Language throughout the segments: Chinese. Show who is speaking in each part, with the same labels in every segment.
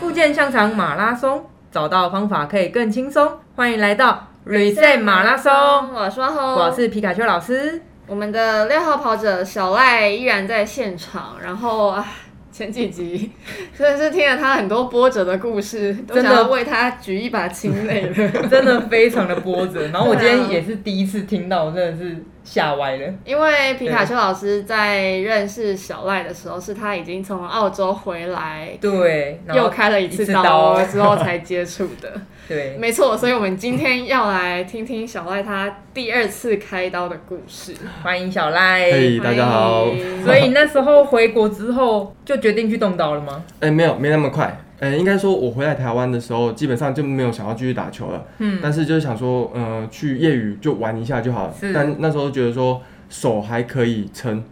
Speaker 1: 复健香肠马拉松，找到方法可以更轻松。欢迎来到 Reset 马拉松，
Speaker 2: 我说吼，
Speaker 1: 我是皮卡丘老师。
Speaker 2: 我们的六号跑者小赖依然在现场，然后啊。前几集 真的是听了他很多波折的故事，都
Speaker 1: 真的
Speaker 2: 想要为他举一把清泪 了。
Speaker 1: 真的非常的波折，然后我今
Speaker 2: 对啊
Speaker 1: 天也是第一次听到，我真的是吓歪了。
Speaker 2: 因为皮卡丘老师在认识小赖的时候，是他已经从澳洲回来，
Speaker 1: 对，然
Speaker 2: 又
Speaker 1: 后
Speaker 2: 开了一次
Speaker 1: 一次刀
Speaker 2: 刀之后才接触的。
Speaker 1: 对，
Speaker 2: 没错，所以我们今天要来听听小赖他第二次开刀的故事。
Speaker 1: 欢迎小赖。
Speaker 3: 嘿大家好
Speaker 2: 欢迎
Speaker 1: 所以那时候回国之后就决定去动刀了吗？
Speaker 3: 哎、没有，没那么快。哎、应该说，我回来台湾的时候，基本上就没有想要继续打球了。嗯，但是就是想说，呃，去业余就玩一下就好了
Speaker 1: 是。
Speaker 3: 但那时候觉得说，手还可以撑，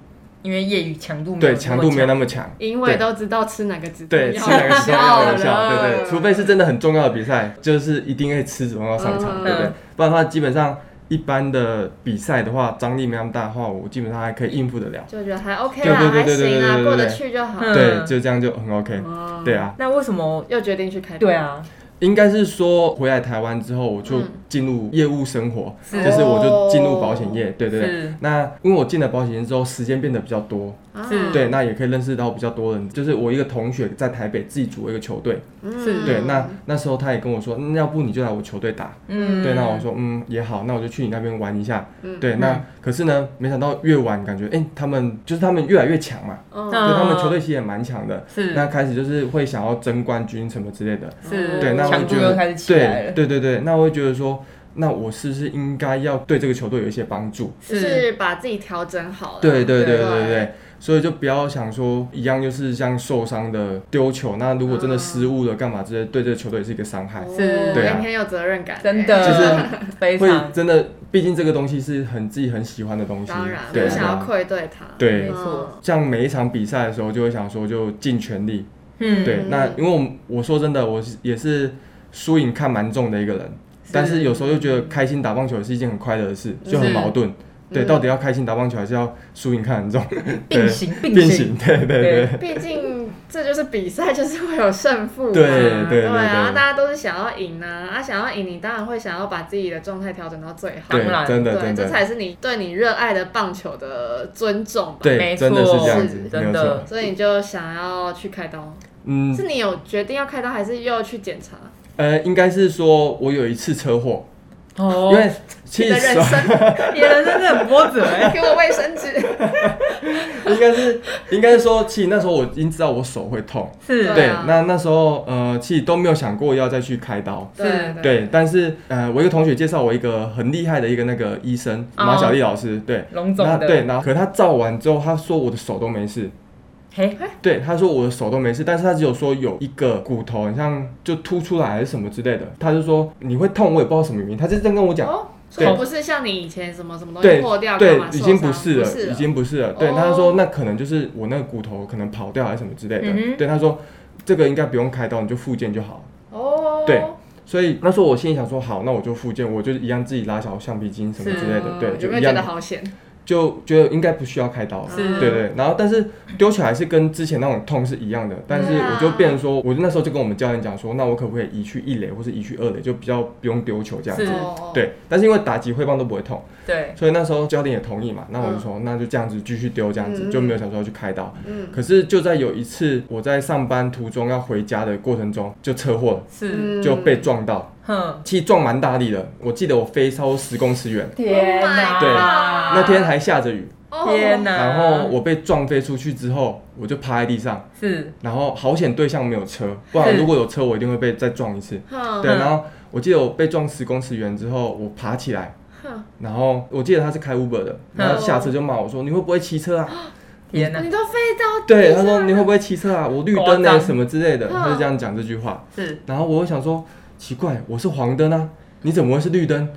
Speaker 1: 因为业余强度没有
Speaker 3: 对，强度没有那么强。
Speaker 2: 因为都知道吃哪个止痛药
Speaker 3: 对，吃哪个止痛药有效？
Speaker 2: 了
Speaker 3: 对对，除非是真的很重要的比赛，就是一定会吃止痛药上场，
Speaker 2: 嗯
Speaker 3: 对不对？不然的话，基本上一般的比赛的话，张力没那么大的话，我基本上还可以应付得了。
Speaker 2: 就觉得还 OK
Speaker 3: 对
Speaker 2: 啦，
Speaker 3: 对对
Speaker 2: 还
Speaker 3: 对对
Speaker 2: 行
Speaker 3: 对
Speaker 2: 啦，
Speaker 3: 对
Speaker 2: 过得
Speaker 3: 对
Speaker 2: 去就好。哦
Speaker 1: 嗯
Speaker 3: 对，就这样就很 OK。对啊，
Speaker 1: 那为什么？
Speaker 2: 又决定去开刀。
Speaker 1: 对，啊，
Speaker 3: 应该是说回来台湾之后，我就
Speaker 2: 嗯
Speaker 3: 进入业务生活，
Speaker 1: 是哦
Speaker 3: 就是我就进入保险业，对对对。
Speaker 1: 是
Speaker 3: 那因为我进了保险业之后，时间变得比较多，
Speaker 2: 啊
Speaker 1: 是
Speaker 3: 对，那也可以认识到比较多人。就是我一个同学在台北自己组了一个球队，
Speaker 2: 嗯
Speaker 1: 是
Speaker 3: 对，那那时候他也跟我说，嗯要不你就来我球队打，
Speaker 1: 嗯，
Speaker 3: 对，那我说嗯也好，那我就去你那边玩一下，
Speaker 2: 嗯
Speaker 3: 对，那可是呢，没想到越玩感觉，哎、他们就是他们越来越强嘛，
Speaker 2: 嗯
Speaker 1: 那
Speaker 3: 对，他们球队其实也蛮强的，
Speaker 1: 是
Speaker 3: 那开始就是会想要争冠军什么之类的，
Speaker 2: 哦
Speaker 1: 是
Speaker 3: 对，那我
Speaker 1: 强
Speaker 3: 会
Speaker 1: 度
Speaker 3: 觉
Speaker 1: 又
Speaker 3: 得
Speaker 1: 开始起来了，
Speaker 3: 对对对对，那我会觉得说，那我是不是应该要对这个球队有一些帮助？
Speaker 1: 嗯
Speaker 2: 就是把自己调整好了。
Speaker 3: 对对对
Speaker 2: 对
Speaker 3: 对对对，所以就不要想说一样就是像受伤的丢球，那如果真的失误
Speaker 1: 嗯
Speaker 3: 了干嘛这些，对这个球队也是一个伤害。
Speaker 2: 哦
Speaker 1: 是
Speaker 3: 对啊
Speaker 2: 每天有责任感欸，
Speaker 1: 真
Speaker 3: 其实
Speaker 1: 的非
Speaker 3: 会
Speaker 1: 常
Speaker 3: 真的，毕竟这个东西是很自己很喜欢的东西，
Speaker 2: 当然
Speaker 3: 对
Speaker 2: 不
Speaker 3: 啊
Speaker 2: 想要
Speaker 3: 对啊
Speaker 2: 愧对他。
Speaker 3: 对
Speaker 2: 嗯
Speaker 1: 没错，
Speaker 3: 像每一场比赛的时候，就会想说就尽全力。
Speaker 1: 嗯
Speaker 3: 对，那因为我们我说真的，我是也是输赢看蛮重的一个人，但是有时候又觉得开心打棒球也是一件很快乐的事，就很
Speaker 1: 是嗯
Speaker 3: 矛盾。对，到底要开心打棒球，还是要输赢看 很重？
Speaker 1: 并行并
Speaker 3: 并行，对对
Speaker 1: 对
Speaker 3: 对
Speaker 2: 嗯毕竟这就是比赛，就是会有胜负嘛。
Speaker 3: 对
Speaker 2: 对
Speaker 3: 对对
Speaker 2: 啊，
Speaker 3: 对
Speaker 2: 大家都是想要赢啊，啊，想要赢，你当然会想要把自己的状态调整到最好。
Speaker 1: 当然
Speaker 3: 对，真的
Speaker 2: 对，
Speaker 3: 真
Speaker 2: 这
Speaker 3: 的，
Speaker 2: 才是你对你热爱的棒球的尊重吧。
Speaker 1: 没
Speaker 3: 对，
Speaker 1: 错
Speaker 3: 真的是这样子，
Speaker 1: 是
Speaker 3: 没有
Speaker 1: 真的
Speaker 3: 错。
Speaker 2: 所以你就想要去开刀，
Speaker 3: 嗯，
Speaker 2: 是你有决定要开刀，还是又去检查？
Speaker 3: 呃，应该是说我有一次车祸，
Speaker 1: 哦
Speaker 3: 因为其
Speaker 2: 你的
Speaker 3: 实
Speaker 2: 人生，
Speaker 1: 你的人真的很波折哎，
Speaker 2: 给我卫生纸。
Speaker 3: 应该是应该是说，其实那时候我已经知道我手会痛，
Speaker 1: 是
Speaker 2: 对
Speaker 3: 对
Speaker 2: 啊，
Speaker 3: 那那时候呃，其实都没有想过要再去开刀。
Speaker 1: 是
Speaker 3: 对，但是呃，我一个同学介绍我一个很厉害的一个那个医生
Speaker 1: 哦
Speaker 3: 马小丽老师，对，
Speaker 1: 龙总
Speaker 3: 那
Speaker 1: 的
Speaker 3: 对，然后可他照完之后，他说我的手都没事，
Speaker 1: 嘿
Speaker 3: 对，他说我的手都没事，但是他只有说有一个骨头很像就凸出来还是什么之类的，他就说你会痛，我也不知道什么原因，他就这样跟我讲，
Speaker 2: 哦，所
Speaker 3: 对
Speaker 2: 以不是像你以前什么什么东西
Speaker 3: 对
Speaker 2: 破掉干
Speaker 3: 对
Speaker 2: 嘛，受
Speaker 3: 已
Speaker 2: 伤
Speaker 3: 经不是
Speaker 2: 不
Speaker 3: 了，已经不是了，对，
Speaker 2: 哦
Speaker 3: 他就说那可能就是我那个骨头可能跑掉还是什么之类
Speaker 1: 嗯哼
Speaker 3: 的，对，他说这个应该不用开刀，你就复健就好了。
Speaker 2: 哦，
Speaker 3: 对所以那时候我心里想说，好，那我就复健，我就一样自己拉小橡皮筋什么
Speaker 1: 是
Speaker 3: 之类的，对，
Speaker 2: 嗯
Speaker 3: 就
Speaker 2: 有没有
Speaker 3: 一
Speaker 2: 觉得
Speaker 3: 样，
Speaker 2: 好嗯险？
Speaker 3: 就觉得应该不需要开刀，
Speaker 1: 是
Speaker 3: 对对。然后但是丢起来是跟之前那种痛是一样的，但是
Speaker 2: 对啊
Speaker 3: 我就变成说，我就那时候就跟我们教练讲说，那我可不可以移去一垒或是移去二垒，就比较不用丢球这样
Speaker 1: 是
Speaker 3: 子。
Speaker 2: 哦，哦，
Speaker 3: 嗯对，但是因为打击挥棒都不会痛，
Speaker 1: 对
Speaker 3: 所以那时候教练也同意嘛。那我就说，那就这样子继续丢，这样子、
Speaker 2: 嗯
Speaker 3: 就没有想说要去开刀。
Speaker 2: 嗯
Speaker 3: 可是就在有一次我在上班途中要回家的过程中，就车祸了，
Speaker 1: 是
Speaker 2: 嗯
Speaker 3: 就
Speaker 2: 哦
Speaker 3: 被撞到。
Speaker 1: 哼
Speaker 3: 其实撞蛮大力的，我记得我飞超十公尺远，
Speaker 1: 天哪，
Speaker 3: 对那天
Speaker 1: 还
Speaker 3: 还下着雨，
Speaker 2: 哦
Speaker 1: 天哪，
Speaker 3: 然后我被撞飞出去之后，我就趴在地上，
Speaker 1: 是
Speaker 3: 然后好险对象没有车，不
Speaker 1: 是
Speaker 3: 然如果有车我一定会被再撞一次。
Speaker 2: 哼
Speaker 3: 对，
Speaker 1: 嗯
Speaker 3: 然后我记得我被撞十公尺远之后，我爬起来，
Speaker 2: 哼
Speaker 3: 然后我记得他是开 Uber 的，然后下车就骂我说你会不会骑车啊？
Speaker 1: 哦天哪
Speaker 2: 你都飞到
Speaker 3: 对，
Speaker 2: 地
Speaker 3: 他
Speaker 2: 上
Speaker 3: 说你会不会骑车啊？我绿灯
Speaker 1: 夸
Speaker 3: 呢
Speaker 1: 张
Speaker 3: 什么之类的，
Speaker 2: 嗯
Speaker 3: 他就这样讲这句话。
Speaker 1: 是
Speaker 3: 然后我又想说奇怪，我是黄灯啊，你怎么会是绿灯？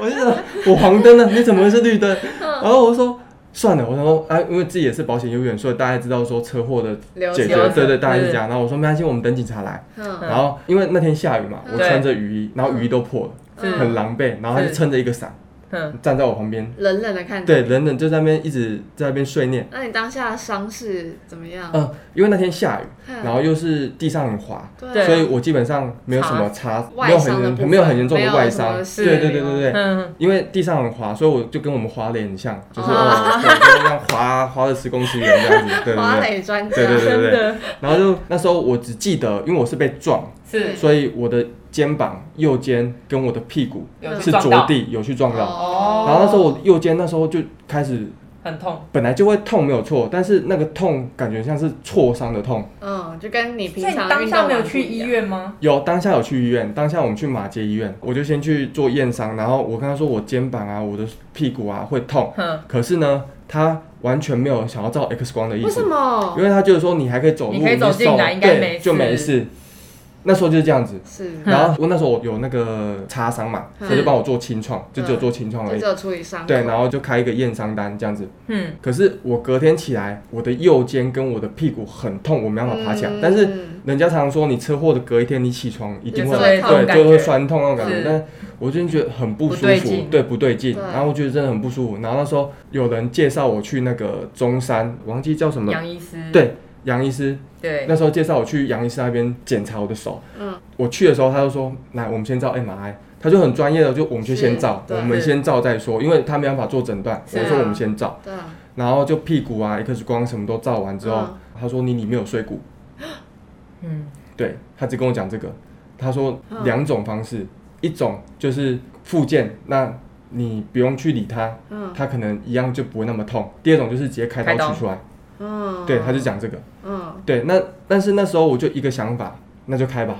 Speaker 3: 我就想我黄灯啊了，你怎么会是绿灯？然后我就说算了，我想说啊，因为自己也是保险业务员，所以大家知道说车祸的
Speaker 2: 流
Speaker 3: 解
Speaker 2: 血
Speaker 3: 决，
Speaker 1: 流程
Speaker 3: 对对，大概是
Speaker 1: 对
Speaker 3: 这样。然后我说没关系，我们等警察来。
Speaker 2: 哼
Speaker 1: 嗯
Speaker 3: 然后因为那天下雨嘛，我
Speaker 1: 对
Speaker 3: 穿着雨衣，然后雨衣都破了，
Speaker 2: 嗯
Speaker 1: 是
Speaker 3: 很狼狈。然后他就是撑着一个伞
Speaker 1: 哼
Speaker 3: 站在我旁边，
Speaker 2: 冷冷的看着
Speaker 3: 对，，冷冷就在那边一直在那边碎念。
Speaker 2: 那你当下的伤势怎么样？
Speaker 3: 嗯，因为那天下雨，
Speaker 2: 嗯
Speaker 3: 然后又是地上很滑，
Speaker 1: 对
Speaker 3: 所以我基本上没有什么擦，
Speaker 2: 外
Speaker 3: 没有很
Speaker 2: 伤的
Speaker 3: 严
Speaker 2: 部分
Speaker 3: 没有很严重
Speaker 2: 没有
Speaker 3: 的外
Speaker 2: 什么
Speaker 3: 伤，
Speaker 2: 事
Speaker 3: 对对对对对，
Speaker 1: 嗯，
Speaker 3: 因为地上很滑，所以我就跟我们滑垒很像， 就是
Speaker 2: 啊
Speaker 3: 哦，对就是这样滑滑了十公尺远这样子，对 对
Speaker 2: 花
Speaker 3: 对。
Speaker 2: 蕾专家，
Speaker 3: 对对对
Speaker 1: 真的
Speaker 3: 然后就那时候我只记得，因为我是被撞，
Speaker 1: 是
Speaker 3: 所以我的肩膀、右肩跟我的屁股
Speaker 1: 有去
Speaker 3: 是
Speaker 1: 撞
Speaker 3: 着
Speaker 1: 到，
Speaker 3: 地，有去撞到。
Speaker 1: 哦
Speaker 3: 然后那时候我右肩那时候就开始，
Speaker 1: 很痛，
Speaker 3: 本来就会痛没有错，但是那个痛感觉像是挫伤的痛。
Speaker 2: 嗯，就跟你平
Speaker 1: 所以你
Speaker 2: 常
Speaker 1: 当
Speaker 2: 运动
Speaker 1: 下没有
Speaker 2: 完不
Speaker 1: 去
Speaker 2: 一
Speaker 1: 医
Speaker 2: 样，
Speaker 1: 院吗？
Speaker 3: 有当下有去医院，当下我们去马街医院，我就先去做验伤，然后我跟他说我肩膀啊、我的屁股啊会痛，
Speaker 1: 哼，
Speaker 3: 可是呢，他完全没有想要照 X 光的意
Speaker 2: 为什
Speaker 3: 思，
Speaker 2: 么？
Speaker 3: 因为他就是说你还可以走路，
Speaker 1: 你可以走进来
Speaker 3: 你
Speaker 1: 应
Speaker 3: 手
Speaker 1: 该没
Speaker 3: 对
Speaker 1: 事
Speaker 3: 就没事。那时候就是这样子，
Speaker 2: 是，
Speaker 1: 嗯
Speaker 3: 然后我那时候我有那个擦伤嘛，
Speaker 2: 嗯
Speaker 3: 他就帮我做清创，就只有做清创而
Speaker 2: 就
Speaker 3: 已
Speaker 2: 只。有处理伤口，
Speaker 3: 对，然后就开一个验伤单这样子。
Speaker 1: 嗯，
Speaker 3: 可是我隔天起来，我的右肩跟我的屁股很痛，我没办法爬起来。
Speaker 2: 嗯
Speaker 3: 但是人家常说，你车祸的隔一天，你起床一定会
Speaker 2: 也是会痛
Speaker 3: 对，
Speaker 1: 感
Speaker 3: 就会
Speaker 1: 觉
Speaker 3: 酸痛那种感觉
Speaker 1: 是。
Speaker 3: 但我真的觉得很不舒
Speaker 1: 不对
Speaker 3: 服
Speaker 1: 劲，
Speaker 3: 对，不对劲。
Speaker 2: 对
Speaker 3: 然后我觉得真的很不舒服。然后那时候有人介绍我去那个中山，忘记叫什么，
Speaker 1: 杨医师，
Speaker 3: 嗯对，杨医师。
Speaker 1: 对，
Speaker 3: 那时候介绍我去杨医师那边检查我的手。
Speaker 2: 嗯，
Speaker 3: 我去的时候，他就说：“来，我们先照 MRI。”他就很专业的，就我们就是先照，
Speaker 2: 对
Speaker 3: 我们先照再说，因为他没办法做诊断。
Speaker 1: 是
Speaker 3: 我说我们先照。
Speaker 2: 对啊，
Speaker 3: 然后就屁股啊、X 光什么都照完之后，
Speaker 2: 嗯
Speaker 3: 他说你里面有碎骨，
Speaker 1: 嗯，
Speaker 3: 对他只跟我讲这个，他说
Speaker 2: 嗯
Speaker 3: 两种方式，一种就是复健，那你不用去理它，
Speaker 2: 嗯
Speaker 3: 它可能一样就不会那么痛；第二种就是直接开
Speaker 1: 开
Speaker 3: 刀
Speaker 1: 刀
Speaker 3: 取出来，
Speaker 2: 嗯，
Speaker 3: 对，他就，讲这个，
Speaker 2: 嗯，
Speaker 3: 对，那但是那时候我就一个想法，那就开吧，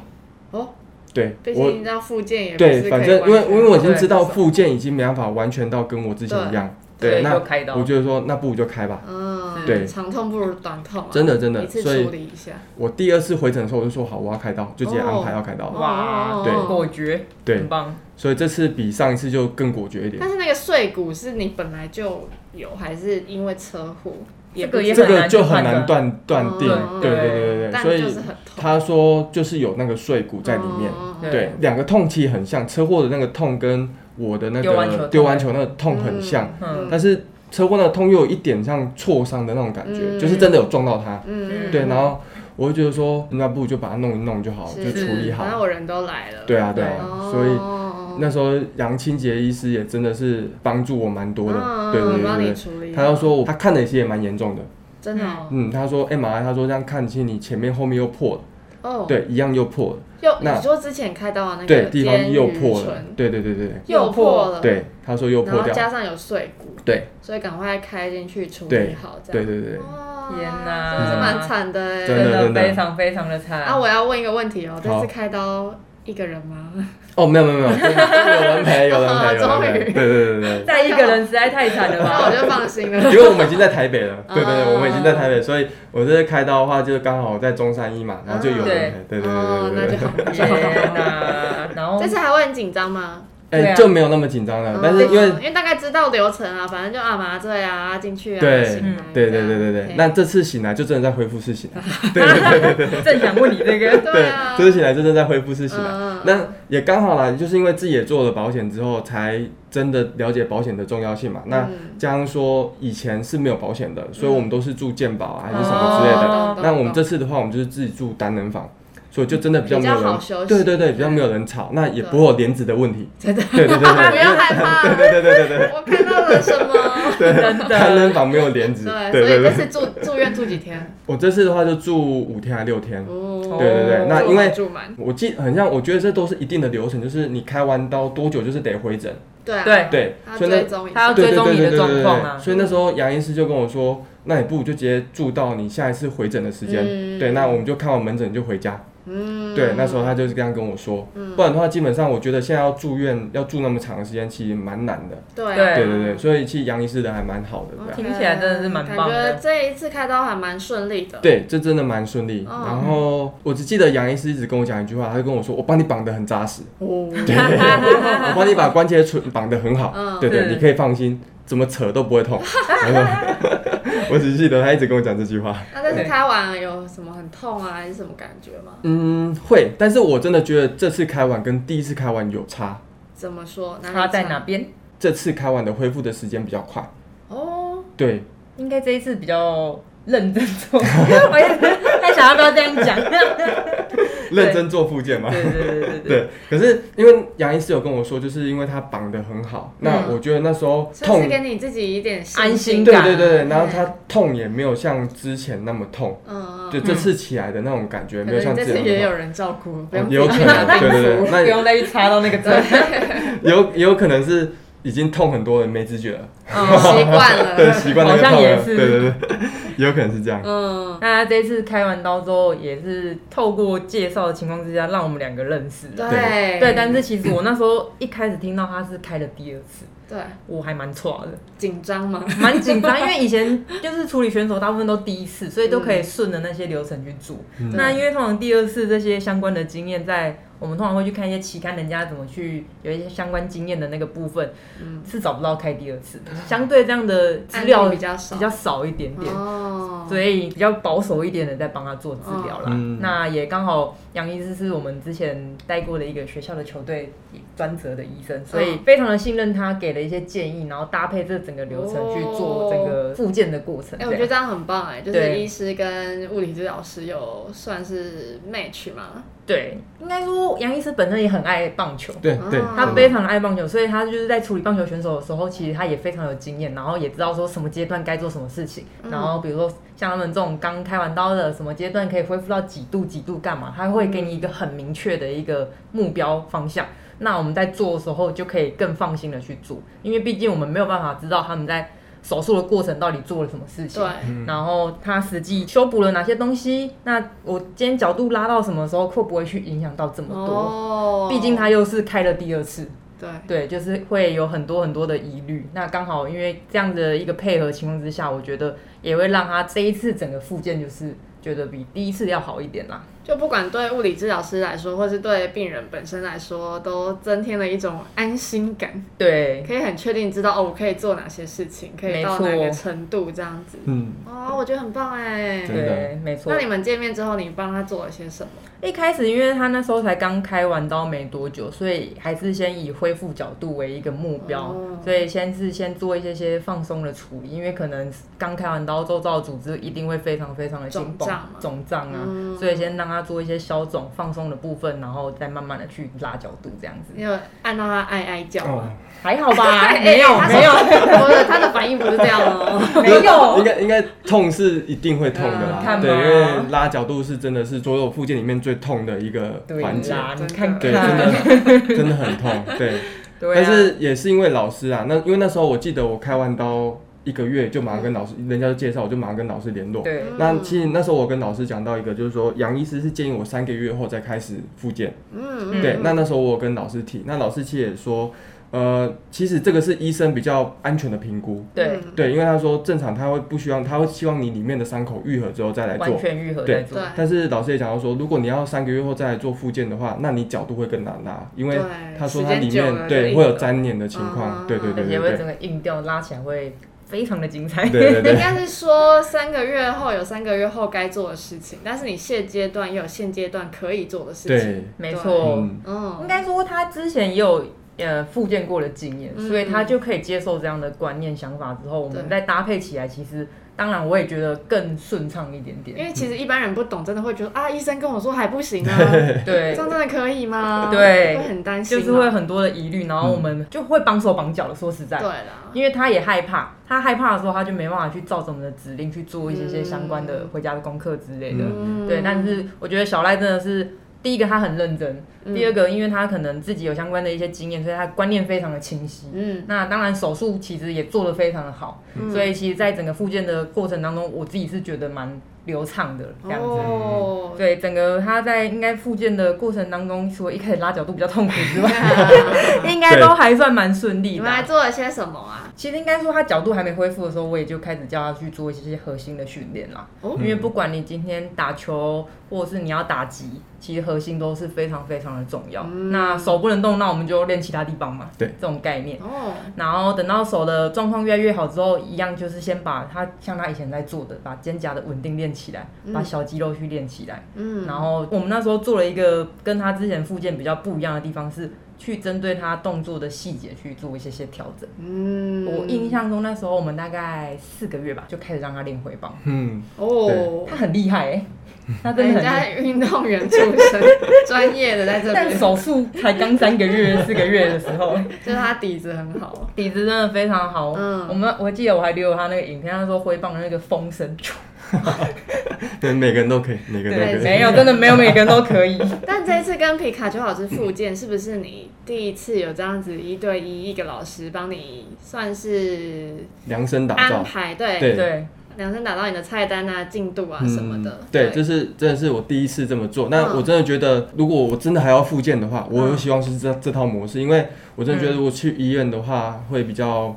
Speaker 2: 哦，
Speaker 3: 对
Speaker 2: 毕
Speaker 3: 我
Speaker 2: 竟这样复健也不是可
Speaker 3: 对，
Speaker 2: 以
Speaker 3: 反正
Speaker 2: 完
Speaker 3: 因为
Speaker 2: 全
Speaker 3: 因为我已经
Speaker 1: 对
Speaker 3: 知道复健已经没办法完全到跟我之前一样，
Speaker 1: 对
Speaker 3: 对，
Speaker 1: 所以
Speaker 3: 那
Speaker 1: 就开刀
Speaker 3: 我觉得说那不如就开吧，
Speaker 2: 嗯，
Speaker 3: 对
Speaker 2: 长痛不如短痛啊，
Speaker 3: 真的真的，
Speaker 2: 一次
Speaker 3: 所以
Speaker 2: 处理一下，
Speaker 3: 我第二次回诊的时候，我就说好，我要开刀，就直接安排要开刀。
Speaker 2: 哦嗯
Speaker 1: 哇，
Speaker 3: 对
Speaker 1: 果决，
Speaker 3: 对
Speaker 1: 很棒，
Speaker 3: 所以这次比上一次就更果决一点
Speaker 2: 但。是那个碎骨是你本来就有，还是因为车祸？
Speaker 1: 这个也
Speaker 3: 这个
Speaker 1: 很
Speaker 3: 就很
Speaker 1: 难
Speaker 3: 难断断定
Speaker 1: 嗯，
Speaker 3: 对
Speaker 1: 对
Speaker 3: 对对对对，
Speaker 2: 哦但
Speaker 3: 所
Speaker 2: 就是
Speaker 3: 以
Speaker 2: 很痛
Speaker 3: 他说就是有那个碎骨在里面，
Speaker 2: 嗯
Speaker 1: 对
Speaker 3: 对，两个痛其实很像，车祸的那个痛跟我的那
Speaker 1: 丢完球
Speaker 3: 个
Speaker 1: 痛
Speaker 3: 丢完球那个痛很像，
Speaker 1: 嗯
Speaker 3: 但是车祸那个痛又有一点像挫伤的那种感觉，
Speaker 2: 嗯
Speaker 3: 就是真的有撞到他，
Speaker 2: 嗯
Speaker 3: 对，然后我就觉得说，那不如就把它弄一弄就好，
Speaker 2: 是
Speaker 3: 就处理
Speaker 2: 反正
Speaker 3: 好，
Speaker 2: 我人都来了，
Speaker 3: 对啊对啊，
Speaker 2: 哦，
Speaker 3: 所以。那时候杨清杰医师也真的是帮助我蛮多的，
Speaker 2: 嗯
Speaker 3: 对对
Speaker 2: 帮
Speaker 3: 对
Speaker 2: 你
Speaker 3: 对。
Speaker 2: 处理，
Speaker 3: 他就说我，他看的其实也蛮严重的，
Speaker 2: 真的哦
Speaker 3: 嗯，他说 M R I，他说这样看，其实你前面后面又破了，
Speaker 2: 哦，
Speaker 3: 对，一样又破了，
Speaker 2: 又
Speaker 3: 那
Speaker 2: 你说之前开刀的那个
Speaker 3: 对，地方
Speaker 2: 肩
Speaker 3: 又
Speaker 2: 盂
Speaker 3: 破了
Speaker 2: 唇，
Speaker 3: 对对对对对
Speaker 2: 又破了，，
Speaker 3: 对，他说又
Speaker 2: 呃然
Speaker 3: 破
Speaker 2: 后
Speaker 3: 掉，
Speaker 2: 加上有碎骨，
Speaker 3: 对
Speaker 2: 所以赶快开进去处理
Speaker 3: 对
Speaker 2: 好，这
Speaker 3: 对
Speaker 2: 样，
Speaker 3: 对对，
Speaker 2: 哇
Speaker 1: 天哪
Speaker 2: 真是蛮惨的哎，
Speaker 3: 真的真的
Speaker 1: 非常非常的惨
Speaker 2: 啊，我要问一个问题哦，这
Speaker 3: 好
Speaker 2: 次开刀一个人吗？
Speaker 3: 哦，没有没有没有，真的有人陪，有人陪，有人
Speaker 2: 终于
Speaker 3: 陪，对对对对
Speaker 1: 再一个人实在太惨了
Speaker 2: 那我
Speaker 1: 吧？
Speaker 2: 就放心
Speaker 3: 对，
Speaker 2: 了。
Speaker 3: 因为我们已经在台北了，对对
Speaker 2: 啊
Speaker 3: 对，我们已经在台北，所以我这次开刀的话，就是刚好在中山一嘛，然后就有人陪，对对
Speaker 2: 嗯哦
Speaker 3: 对对
Speaker 2: 那
Speaker 3: 对
Speaker 2: 就
Speaker 3: 对，
Speaker 2: 好。
Speaker 1: 天 哪，然后
Speaker 2: 这次还会很紧张吗？
Speaker 1: 对
Speaker 3: 哎，
Speaker 1: 啊
Speaker 3: 就没有那么紧张了，但是因 为
Speaker 2: 嗯因为大概知道流程啊，反正就啊麻醉啊进去啊，
Speaker 3: 对
Speaker 2: 醒来
Speaker 1: 嗯
Speaker 3: 对对对对对，
Speaker 2: 这
Speaker 3: 那
Speaker 2: 样
Speaker 3: 这次醒来就真的在恢复室醒来，
Speaker 1: 正想问你这个，
Speaker 2: OK 对啊，
Speaker 3: 这次醒来就真的在恢复室醒来。
Speaker 2: 嗯嗯
Speaker 3: 那也刚好啦，就是因为自己也做了保险之后，才真的了解保险的重要性嘛。那
Speaker 2: 嗯
Speaker 3: 加上说以前是没有保险的，所以我们都是住健保啊还是什么
Speaker 1: 哦
Speaker 3: 之类的。
Speaker 2: 懂懂
Speaker 3: 那我们
Speaker 2: 懂
Speaker 3: 这次的话，我们就是自己住单人房，所以就真的比较没有
Speaker 2: 比较好
Speaker 3: 人
Speaker 2: 休息，
Speaker 3: 对对对，比较没有人吵，那也不会有帘子的问题。对对对对
Speaker 2: 不
Speaker 3: 对
Speaker 2: 要害怕，
Speaker 3: 对对对对
Speaker 2: 我看到了什么？
Speaker 3: 对，
Speaker 1: 真的
Speaker 3: 单人房没有帘子。
Speaker 2: 对，
Speaker 3: 对
Speaker 2: 所
Speaker 3: 对
Speaker 2: 以
Speaker 3: 对
Speaker 2: 这。次住住院住几天？
Speaker 3: 我这次的话就住五天还六天，
Speaker 2: 哦
Speaker 1: 对
Speaker 3: 对对对，那
Speaker 2: 住
Speaker 3: 因为
Speaker 2: 住满，
Speaker 3: 我记很像，我觉得这都是一定的流程，就是你开完刀多久就是得回诊，
Speaker 2: 对啊
Speaker 1: 对
Speaker 3: 对，
Speaker 2: 他
Speaker 3: 所以
Speaker 2: 追
Speaker 3: 那
Speaker 2: 踪一
Speaker 1: 他要
Speaker 2: 下，
Speaker 3: 对
Speaker 1: 追
Speaker 3: 对
Speaker 1: 踪
Speaker 3: 对
Speaker 1: 你
Speaker 3: 对
Speaker 1: 的
Speaker 3: 对
Speaker 1: 状
Speaker 3: 对
Speaker 1: 况啊
Speaker 3: 对，所以那时候杨医师就跟我说，那你不如就直接住到你下一次回诊的时间，
Speaker 2: 嗯
Speaker 3: 对，那我们就看完门诊就回家，
Speaker 2: 嗯
Speaker 3: 对，那时候他就是这样跟我说，
Speaker 1: 嗯
Speaker 3: 不然的话基本上我觉得现在要住院要住那么长的时间其实蛮难的，
Speaker 2: 对啊
Speaker 1: 对哦
Speaker 3: 对对对，所以其实杨医师的还蛮好的，对啊
Speaker 1: 听起来真的是蛮棒的
Speaker 2: 感觉这一次开刀还蛮顺利的。
Speaker 3: 对，这真的蛮顺利。
Speaker 2: 哦
Speaker 3: 然后我只记得杨医师一直跟我讲一句话，他就跟我说：“我帮你绑得很扎实。”
Speaker 2: 哦，
Speaker 3: 我帮你把关节唇绑得很好，
Speaker 2: 嗯
Speaker 3: 对对，
Speaker 1: 是
Speaker 3: 你可以放心，怎么扯都不会痛。 然后我只记得他一直跟我讲这句话。
Speaker 2: 那这次开完有什么很痛啊，还是什么感觉吗？
Speaker 3: 嗯，会，但是我真的觉得这次开完跟第一次开完有差，
Speaker 2: 怎么说？哪里
Speaker 1: 他在
Speaker 2: 差
Speaker 1: 哪？边？
Speaker 3: 这次开完的恢复的时间比较快。
Speaker 2: 哦，
Speaker 3: 对，
Speaker 1: 应该这一次比较认真做，我也在想要不要这样讲？
Speaker 3: 认真做复健 嘛。
Speaker 1: 对对对对对，
Speaker 3: 对，可是因为杨医师有跟我说，就是因为他绑得很好，那我觉得那时候
Speaker 2: 算
Speaker 3: 痛
Speaker 2: 嗯是，给你自己一点
Speaker 1: 安心
Speaker 3: 对
Speaker 1: 感
Speaker 3: 对对，然后
Speaker 2: 对
Speaker 3: 他痛也没有像之前那么痛，
Speaker 2: 嗯，
Speaker 3: 就
Speaker 2: 嗯
Speaker 3: 这次起来的那种感
Speaker 2: 可
Speaker 3: 觉没有
Speaker 2: 能
Speaker 3: 像
Speaker 2: 这
Speaker 3: 之
Speaker 2: 次
Speaker 3: 前
Speaker 2: 也
Speaker 3: 那么
Speaker 2: 有人照顾，不用
Speaker 3: 痛，也有可 能，对对对，那
Speaker 1: 不
Speaker 3: 也
Speaker 1: 用再去插到那个针。
Speaker 3: 有也有可能是已经痛很多人没知觉了，
Speaker 2: 哦习惯
Speaker 3: 对，
Speaker 2: 了。
Speaker 3: 习惯那个
Speaker 1: 呃好像
Speaker 3: 痛
Speaker 1: 也
Speaker 3: 了，
Speaker 1: 是
Speaker 3: 对对对， 也有可能是这样，
Speaker 2: 嗯，
Speaker 1: 那这次开完刀之后，也是透过介绍的情况之下，让我们两个认识的。
Speaker 2: 对
Speaker 1: 对，但是其实我那时候一开始听到他是开了第二次，
Speaker 2: 对
Speaker 1: 我还蛮错的，
Speaker 2: 紧张吗？
Speaker 1: 蛮紧张，因为以前就是处理选手大部分都第一次，所以都可以顺着那些流程去做。
Speaker 3: 嗯
Speaker 1: 那因为通常第二次这些相关的经验，在我们通常会去看一些期刊，人家怎么去有一些相关经验的那个部分，
Speaker 2: 嗯，
Speaker 1: 是找不到开第二次的。嗯相对这样的资料
Speaker 2: 案例比较少
Speaker 1: 比较少一点点。
Speaker 2: 哦，
Speaker 1: 所以比较保守一点的在帮他做治疗啦。
Speaker 3: 嗯
Speaker 1: 那也刚好杨医师是我们之前带过的一个学校的球队专责的医生，所以非常的信任他，给了一些建议，然后搭配这整个流程去做这个复健的过程。
Speaker 2: 哎、
Speaker 1: 这
Speaker 2: 我觉得
Speaker 1: 样
Speaker 2: 这样很棒哎、就是
Speaker 1: 对
Speaker 2: 医师跟物理治疗师有算是 match 嘛，
Speaker 1: 对，应该说杨医师本身也很爱棒球。
Speaker 3: 对对，
Speaker 2: 哦
Speaker 1: 啊他
Speaker 3: 真的
Speaker 1: 非常的爱棒球，所以他就是在处理棒球选手的时候，其实他也非常有经验，然后也知道说什么阶段该做什么事情，
Speaker 2: 嗯
Speaker 1: 然后比如说像他们这种刚开完刀的，什么阶段可以恢复到几度几度干嘛，他会给你一个很明确的一个目标方向。那我们在做的时候就可以更放心的去做，因为毕竟我们没有办法知道他们在手术的过程到底做了什么事情
Speaker 2: 对。，
Speaker 1: 然后他实际修补了哪些东西？那我今天角度拉到什么时候，会不会去影响到这么多？
Speaker 2: 哦
Speaker 1: 毕竟他又是开了第二次，
Speaker 2: 对，
Speaker 1: 对，就是会有很多很多的疑虑。那刚好因为这样的一个配合情况之下，我觉得也会让他这一次整个复健就是觉得比第一次要好一点啦。
Speaker 2: 就不管对物理治疗师来说，或是对病人本身来说，都增添了一种安心感，
Speaker 1: 对，
Speaker 2: 可以很确定知道哦，我可以做哪些事情，可以到
Speaker 1: 没错
Speaker 2: 哪个程度这样子。
Speaker 3: 嗯，
Speaker 2: 哦，我觉得很棒哎、
Speaker 3: 真的
Speaker 1: 对，没错
Speaker 2: 那。你们见面之后，你帮他做了些什么？
Speaker 1: 一开始因为他那时候才刚开完刀没多久，所以还是先以恢复角度为一个目标，
Speaker 2: 哦
Speaker 1: 所以先是先做一些些放松的处理，因为可能刚开完刀，周遭的组织一定会非常非常的紧绷
Speaker 2: 肿胀嘛
Speaker 1: 肿胀啊，
Speaker 2: 嗯
Speaker 1: 所以先让他做一些消肿放松的部分，然后再慢慢的去拉角度这样子，
Speaker 2: 你有按到他哀哀叫
Speaker 3: 哦
Speaker 2: 吗？，
Speaker 1: 还好吧？
Speaker 2: 嗯 哎
Speaker 1: 没有
Speaker 2: 哎他
Speaker 1: 没有
Speaker 2: 我的他的反应不是这样哦、
Speaker 1: 没有
Speaker 3: 应，该应该痛是一定会痛的
Speaker 1: 嗯
Speaker 3: 啦，
Speaker 1: 看
Speaker 3: 对，
Speaker 1: 吧
Speaker 3: 因为拉角度是真的是所有附件里面最痛的一个
Speaker 1: 对
Speaker 3: 环节，
Speaker 1: 啦，你
Speaker 2: 真的
Speaker 1: 看
Speaker 3: 对，真
Speaker 1: 看，
Speaker 3: 的真的很痛，对。
Speaker 1: 对啊
Speaker 3: 但是也是因为老师啊，那因为那时候我记得我开完刀一个月就马上跟老师，人家就介绍我就马上跟老师联络。
Speaker 1: 对
Speaker 2: 嗯
Speaker 3: 那其实那时候我跟老师讲到一个，就是说杨医师是建议我三个月后再开始复健。
Speaker 2: 嗯，
Speaker 1: 嗯
Speaker 3: 对，那那时候我有跟老师提，那老师其实也说，呃，其实这个是医生比较安全的评估。
Speaker 1: 对，
Speaker 2: 嗯
Speaker 3: 对，因为他说正常他会不希望，他会希望你里面的伤口愈合之后再来
Speaker 1: 完
Speaker 3: 做。
Speaker 1: 全愈合
Speaker 3: 对
Speaker 1: 再做
Speaker 2: 对，，
Speaker 3: 但是老师也讲到说，如果你要三个月后再来做复健的话，那你角度会更难拿，因为
Speaker 2: 对
Speaker 3: 他说
Speaker 2: 时
Speaker 3: 它
Speaker 2: 间
Speaker 3: 里
Speaker 2: 久
Speaker 3: 面
Speaker 2: 了就
Speaker 3: 对
Speaker 2: 硬
Speaker 3: 会有
Speaker 2: 了嗯
Speaker 3: 粘连的情况，对对对
Speaker 1: 而
Speaker 3: 对
Speaker 1: 且会整
Speaker 3: 对
Speaker 1: 个硬调拉起来会非常的精彩。
Speaker 3: 对对
Speaker 2: 应
Speaker 3: 对，
Speaker 2: 该是说三个月后有三个月后该做的事情，但是你现阶段也有现阶段可以做的事 情。
Speaker 3: 对，
Speaker 1: 没错，
Speaker 3: 嗯，
Speaker 1: 应
Speaker 2: 嗯，
Speaker 1: 该说他之前也有呃复健过的经验，
Speaker 2: 嗯
Speaker 1: 所以他就可以接受这样的观念想法之后，我们
Speaker 2: 对
Speaker 1: 再搭配起来，其实当然我也觉得更顺畅一点
Speaker 2: 因
Speaker 1: 点。
Speaker 2: 为其实一般人不懂，真的会觉得啊，医生跟我说还不行啊，这
Speaker 1: 对。
Speaker 2: 样真的可以吗？
Speaker 1: 对
Speaker 2: 会很担心啊
Speaker 1: 就
Speaker 2: 嘛，
Speaker 1: 是会很多的疑虑，然后我们就会绑手绑脚的。说实在
Speaker 2: 对，啦，
Speaker 1: 因为他也害怕，他害怕的时候，他就没办法去照着我们的指令去做一些些相关的回家的功课之类的。
Speaker 2: 嗯
Speaker 1: 对，但是我觉得小赖真的是第一个他很认真，
Speaker 2: 嗯
Speaker 1: 第二个因为他可能自己有相关的一些经验，所以他观念非常的清晰。
Speaker 2: 嗯，
Speaker 1: 那当然手术其实也做得非常的好，
Speaker 2: 嗯
Speaker 1: 所以其实在整个复健的过程当中，我自己是觉得蛮流畅的这样子。
Speaker 2: 哦，
Speaker 1: 对，整个他在应该复健的过程当中，除了一开始拉角度比较痛苦之 外，
Speaker 2: 对啊，
Speaker 1: 应该都还算蛮顺利
Speaker 2: 你
Speaker 1: 的
Speaker 2: 们还
Speaker 1: 啊。
Speaker 2: 做了些什么啊？
Speaker 1: 其实应该说他角度还没恢复的时候，我也就开始叫他去做一些核心的训练啦。
Speaker 2: 哦
Speaker 1: 因为不管你今天打球、或者是你要打击，其实核心都是非常非常的重要。
Speaker 2: 嗯
Speaker 1: 那手不能动，那我们就练其他地方嘛，
Speaker 3: 对
Speaker 1: 这种概念。
Speaker 2: 哦，
Speaker 1: 然后等到手的状况越来越好之后，一样就是先把他像他以前在做的，把肩胛的稳定练起来，把小肌肉去练起来。
Speaker 2: 嗯，
Speaker 1: 然后我们那时候做了一个跟他之前附件比较不一样的地方是。去针对他动作的细节去做一些些调整。
Speaker 2: 嗯，
Speaker 1: 我印象中那时候我们大概四个月吧，就开始让他练回棒，
Speaker 3: 嗯，
Speaker 2: 哦
Speaker 3: 对。
Speaker 1: 他很厉害、 欸，他真的很
Speaker 2: 人
Speaker 1: 厉害
Speaker 2: 家运动员出身，专业的在 这
Speaker 1: 但
Speaker 2: 边，
Speaker 1: 手术才刚三个月、四个月的时 候，
Speaker 2: 就是他底子很好。
Speaker 1: 底子真的非常好。
Speaker 2: 嗯
Speaker 1: 我们我记得我还留了他那个影片，他说挥棒的那个风声，
Speaker 3: 对，每个人都可以，每个人
Speaker 1: 对，
Speaker 3: 都可以。
Speaker 1: 没有，真的没有每个人都可以。
Speaker 2: 但这次跟皮卡丘老师复健，是不是你第一次有这样子一对一一个老师帮你算是
Speaker 3: 量身打
Speaker 2: 安
Speaker 3: 造，
Speaker 2: 排？对，
Speaker 3: 对
Speaker 1: 对，
Speaker 2: 量身打造你的菜单啊、进度啊什么的。
Speaker 3: 嗯对，这是真的是我第一次这么做。那
Speaker 2: 嗯
Speaker 3: 我真的觉得，如果我真的还要复健的话，我
Speaker 1: 嗯
Speaker 3: 有希望是这这套模式，因为我真
Speaker 2: 嗯
Speaker 3: 的觉得如果去医院的话，会比较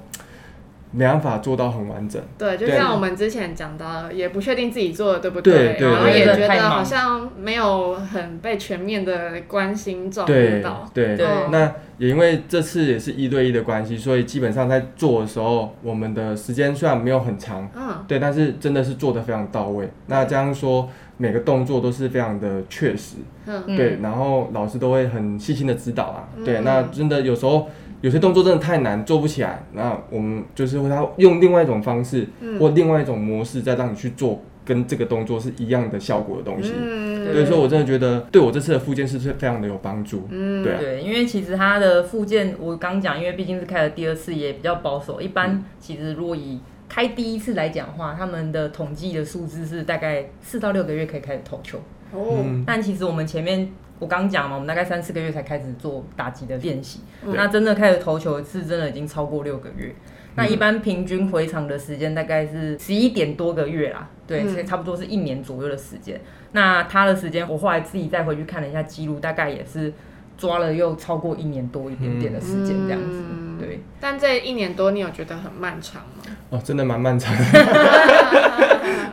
Speaker 3: 没办法做到很完整。
Speaker 2: 对，就
Speaker 3: 对
Speaker 2: 像我们之前讲到，也不确定自己做的对不
Speaker 3: 对对
Speaker 2: 然后
Speaker 3: 对
Speaker 2: 也
Speaker 1: 对
Speaker 2: 觉
Speaker 1: 太
Speaker 2: 得
Speaker 1: 忙
Speaker 2: 好像没有很被全面的关心照顾
Speaker 3: 对
Speaker 2: 到。
Speaker 3: 对
Speaker 1: 对
Speaker 3: 那也因为这次也是一对一的关系，所以基本上在做的时候，我们的时间虽然没有很长，
Speaker 2: 嗯，
Speaker 3: 对，但是真的是做的非常到位。那这样说，每个动作都是非常的确实，
Speaker 2: 嗯，
Speaker 1: 嗯
Speaker 3: 对，然后老师都会很细心的指导啊，对，
Speaker 2: 嗯
Speaker 3: 那真的有时候有些动作真的太难做不起来，那我们就是会他用另外一种方式、
Speaker 2: 嗯
Speaker 3: 或另外一种模式再让你去做跟这个动作是一样的效果的东西。
Speaker 2: 嗯，
Speaker 3: 对，所以我真的觉得对我这次的复健是是非常的有帮助。
Speaker 2: 嗯
Speaker 3: 对啊，
Speaker 1: 对，因为其实他的附件我刚讲，因为毕竟是开了第二次，也比较保守。一般其实如果以开第一次来讲的话，他们的统计的数字是大概四到六个月可以开始投球。
Speaker 2: 哦，
Speaker 3: 嗯
Speaker 1: 但其实我们前面我刚讲嘛，我们大概三四个月才开始做打击的练习，
Speaker 2: 嗯
Speaker 1: 那真的开始投球是真的已经超过六个月。那一般平均回场的时间大概是十一点多个月啦，对，
Speaker 2: 嗯
Speaker 1: 所以差不多是一年左右的时间。那他的时间，我后来自己再回去看了一下记录，大概也是抓了又超过一年多一点点的时间这样子，
Speaker 2: 嗯
Speaker 1: 对。
Speaker 2: 但这一年多，你有觉得很漫长吗？
Speaker 3: 哦，真的蛮漫 长的。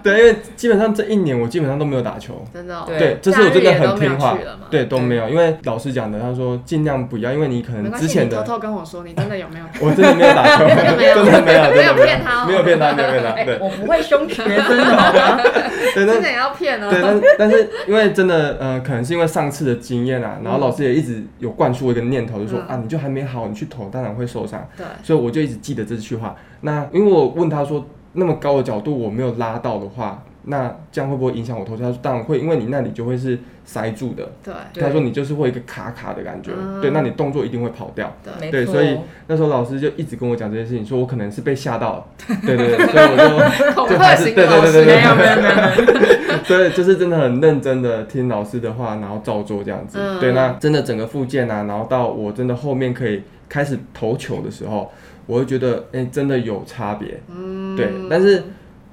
Speaker 3: 对，因为基本上这一年我基本上都没有打球。
Speaker 2: 真的、哦，
Speaker 1: 对
Speaker 3: 对，这次我真
Speaker 2: 假
Speaker 3: 的
Speaker 2: 日也
Speaker 3: 很
Speaker 2: 都没有
Speaker 3: 听话
Speaker 2: 去了嘛，
Speaker 3: 对，都没有，因为老师讲的，他说尽量不要，因为你可
Speaker 2: 没
Speaker 3: 能
Speaker 2: 关
Speaker 3: 之
Speaker 2: 系，
Speaker 3: 前
Speaker 2: 你偷
Speaker 3: 的
Speaker 2: 偷跟我说，你真的有 没有？
Speaker 3: 我真的没有打 球，真
Speaker 2: 的
Speaker 3: 的
Speaker 2: 没
Speaker 3: 没
Speaker 2: 有
Speaker 3: 有，真的没有，
Speaker 2: 没有骗他哦
Speaker 3: 没有骗他，没有骗他。
Speaker 1: 哎、
Speaker 3: 对，
Speaker 1: 我不会凶学生的好吗？
Speaker 3: 对，
Speaker 2: 真
Speaker 3: 但
Speaker 2: 的也要骗哦、
Speaker 3: 对，但是但是因为真的，呃，可能是因为上次的经验啊，然后老师也一直有灌输我一个念头，就说
Speaker 2: 嗯
Speaker 3: 啊，你就还没好，你去投当然会受伤，
Speaker 2: 对，
Speaker 3: 所以我就一直记得这句话。那因为我问他说，那么高的角度我没有拉到的话，那这样会不会影响我投球？他说当然会，因为你那里就会是塞住的。
Speaker 2: 对，
Speaker 1: 对
Speaker 3: 他说你就是会有一个卡卡的感觉，
Speaker 2: 嗯
Speaker 3: 对，那你动作一定会跑掉。
Speaker 1: 没
Speaker 3: 对，
Speaker 1: 错
Speaker 3: 所以那时候老师就一直跟我讲这件事情，说我可能是被吓到 了，对对对，所以我就
Speaker 2: 恐
Speaker 3: 就
Speaker 2: 吓
Speaker 3: 还是
Speaker 2: 型
Speaker 3: 对
Speaker 2: 的老
Speaker 3: 对对
Speaker 2: 师
Speaker 1: 没
Speaker 2: 啊
Speaker 3: 对对
Speaker 1: 有没有没有没有。
Speaker 3: 对，就是真的很认真的听老师的话，然后照做这样子。
Speaker 2: 嗯
Speaker 3: 对，那真的整个复健啊，然后到我真的后面可以开始投球的时候，我会觉得，哎、真的有差别。
Speaker 2: 嗯
Speaker 3: 对，但是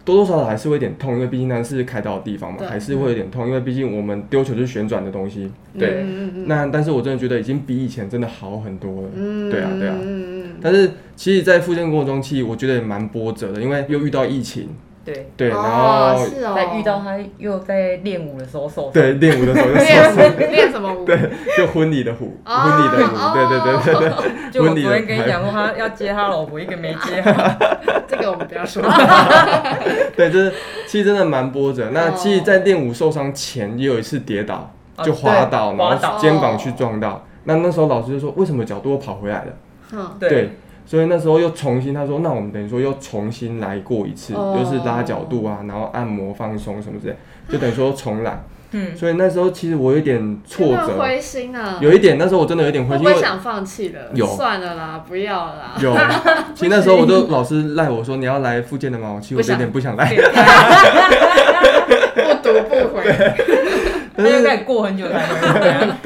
Speaker 3: 多多少少还是会有点痛，因为毕竟那是开刀的地方嘛
Speaker 2: 对，
Speaker 3: 还是会有点痛，因为毕竟我们丢球是旋转的东西。对，
Speaker 2: 嗯嗯嗯
Speaker 3: 那但是我真的觉得已经比以前真的好很多了。
Speaker 2: 嗯，
Speaker 3: 对啊对啊
Speaker 2: 嗯嗯嗯
Speaker 3: 但是其实，在复健过程中，其实我觉得也蛮波折的，因为又遇到疫情，
Speaker 1: 对，
Speaker 3: 对，然
Speaker 2: 哦
Speaker 3: 后、
Speaker 2: 是哦，
Speaker 1: 在遇到他又在练舞的时候受伤，
Speaker 3: 对练舞的时候又受伤。
Speaker 2: 练练什么舞？
Speaker 3: 对，就婚礼的舞，
Speaker 2: 哦
Speaker 3: 婚礼的舞，对对对对 对，
Speaker 1: 就我昨
Speaker 3: 婚礼的
Speaker 1: 天跟你
Speaker 3: 舞
Speaker 1: 讲过，他要接他老婆，一个没接 好，
Speaker 2: 这个我们不要说。
Speaker 3: 对，就是其实真的蛮波折。那
Speaker 2: 哦
Speaker 3: 其实，在练舞受伤前也有一次跌倒，
Speaker 1: 哦
Speaker 3: 就滑倒，
Speaker 1: 对
Speaker 3: 然
Speaker 1: 滑
Speaker 3: 后
Speaker 1: 倒
Speaker 3: 肩膀去撞到。那那时候老师就说，为什么角度又跑回来了？
Speaker 2: 嗯，
Speaker 1: 对，
Speaker 3: 所以那时候又重新，他说，那我们等于说又重新来过一次，
Speaker 2: 哦
Speaker 3: 就是拉角度啊，然后按摩放松什么之类，就等于说重来。
Speaker 1: 嗯，
Speaker 3: 所以那时候其实我有点挫
Speaker 2: 有没有
Speaker 3: 折，
Speaker 2: 灰心啊，
Speaker 3: 有一点那时候我真的有点
Speaker 2: 会
Speaker 3: 灰
Speaker 2: 不
Speaker 3: 心，因
Speaker 2: 会
Speaker 3: 为
Speaker 2: 想放弃了？
Speaker 3: 有
Speaker 2: 算了啦，不要了啦。
Speaker 3: 有，其实那时候我就老师赖我说你要来复健的吗？我其实我有点不想来，
Speaker 2: 不读不回。
Speaker 1: 他
Speaker 3: 但
Speaker 1: 就是开始过很久才 能回来。